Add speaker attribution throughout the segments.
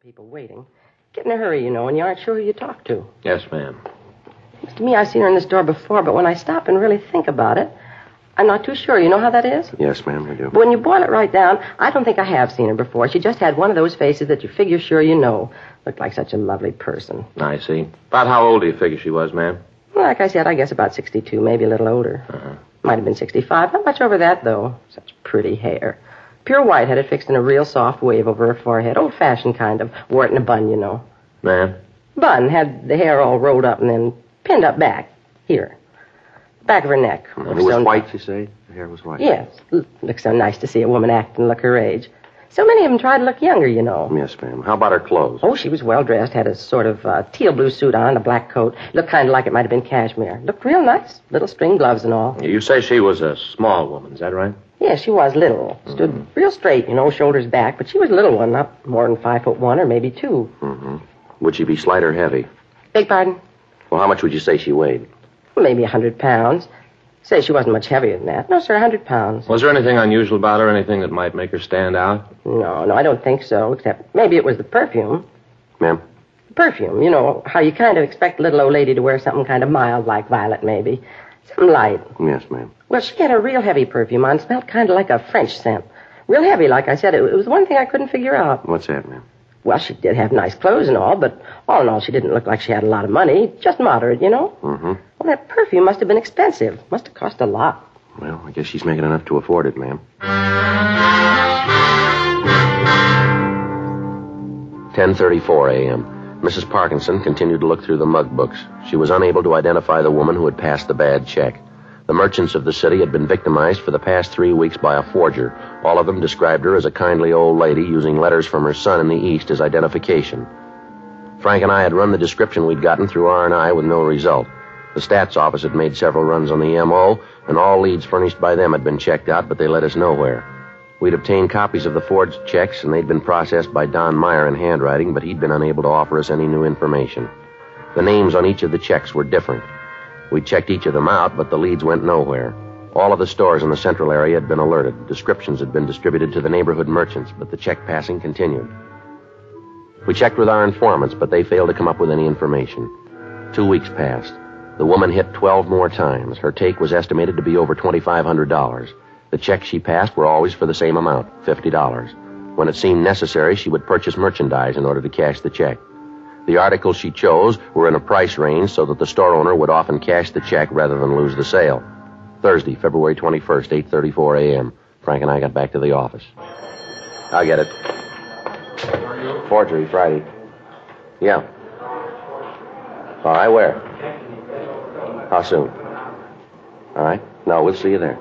Speaker 1: people waiting. Get in a hurry, you know, and you aren't sure who you talk to.
Speaker 2: Yes, ma'am.
Speaker 1: Seems to me I've seen her in this door before, but when I stop and really think about it, I'm not too sure. You know how that is?
Speaker 2: Yes, ma'am, I do.
Speaker 1: When you boil it right down, I don't think I have seen her before. She just had one of those faces that you figure sure you know. Looked like such a lovely person.
Speaker 2: I see. About how old do you figure she was, ma'am?
Speaker 1: Well, like I said, I guess about 62, maybe a little older.
Speaker 2: Uh-huh.
Speaker 1: Might have been 65. Not much over that, though. Such pretty hair. Pure white, had it fixed in a real soft wave over her forehead. Old fashioned kind of. Wore it in a bun, you know.
Speaker 2: Ma'am?
Speaker 1: Bun had the hair all rolled up and then pinned up back. Here. Back of her neck.
Speaker 2: And it was white, you say? The hair was white.
Speaker 1: Yes. L- Looks so nice to see a woman act and look her age. So many of them try to look younger, you know.
Speaker 2: Yes, ma'am. How about her clothes?
Speaker 1: Oh, she was well dressed, had a sort of uh, teal blue suit on, a black coat. Looked kind of like it might have been cashmere. Looked real nice. Little string gloves and all.
Speaker 2: You say she was a small woman, is that right?
Speaker 1: Yeah, she was little.
Speaker 2: Hmm.
Speaker 1: Stood real straight, you know, shoulders back, but she was a little one, not more than five foot one or maybe two.
Speaker 2: Would she be slight or heavy?
Speaker 1: Beg pardon?
Speaker 2: Well, how much would you say she weighed?
Speaker 1: Maybe a hundred pounds. Say she wasn't much heavier than that. No, sir, a hundred pounds.
Speaker 2: Was there anything unusual about her? Anything that might make her stand out?
Speaker 1: No, no, I don't think so, except maybe it was the perfume.
Speaker 2: Ma'am?
Speaker 1: perfume. You know, how you kind of expect a little old lady to wear something kind of mild like violet, maybe. Something light.
Speaker 2: Yes, ma'am.
Speaker 1: Well, she had a real heavy perfume on, smelled kind of like a French scent. Real heavy, like I said. It, it was one thing I couldn't figure out.
Speaker 2: What's that, ma'am?
Speaker 1: Well, she did have nice clothes and all, but all in all, she didn't look like she had a lot of money. Just moderate, you know?
Speaker 2: Mm-hmm.
Speaker 1: Well, that perfume must have been expensive. Must have cost a lot.
Speaker 2: Well, I guess she's making enough to afford it, ma'am. Ten thirty-four a.m. Mrs. Parkinson continued to look through the mug books. She was unable to identify the woman who had passed the bad check. The merchants of the city had been victimized for the past three weeks by a forger. All of them described her as a kindly old lady using letters from her son in the East as identification. Frank and I had run the description we'd gotten through R&I with no result. The stats office had made several runs on the MO, and all leads furnished by them had been checked out, but they led us nowhere. We'd obtained copies of the forged checks, and they'd been processed by Don Meyer in handwriting, but he'd been unable to offer us any new information. The names on each of the checks were different. We checked each of them out, but the leads went nowhere. All of the stores in the central area had been alerted. Descriptions had been distributed to the neighborhood merchants, but the check passing continued. We checked with our informants, but they failed to come up with any information. Two weeks passed. The woman hit 12 more times. Her take was estimated to be over $2,500. The checks she passed were always for the same amount, $50. When it seemed necessary, she would purchase merchandise in order to cash the check. The articles she chose were in a price range so that the store owner would often cash the check rather than lose the sale. Thursday, February 21st, 8:34 a.m. Frank and I got back to the office. I'll get it. Forgery Friday. Yeah. All right, where? How soon? All right. No, we'll see you there.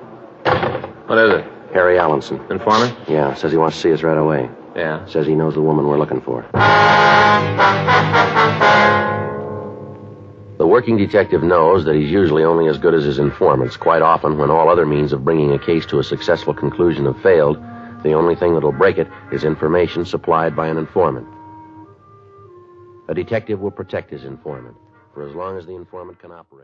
Speaker 3: What is it?
Speaker 2: Harry Allenson.
Speaker 3: Informer?
Speaker 2: Yeah, says he wants to see us right away.
Speaker 3: Yeah.
Speaker 2: Says he knows the woman we're looking for. The working detective knows that he's usually only as good as his informants. Quite often, when all other means of bringing a case to a successful conclusion have failed, the only thing that'll break it is information supplied by an informant. A detective will protect his informant for as long as the informant can operate.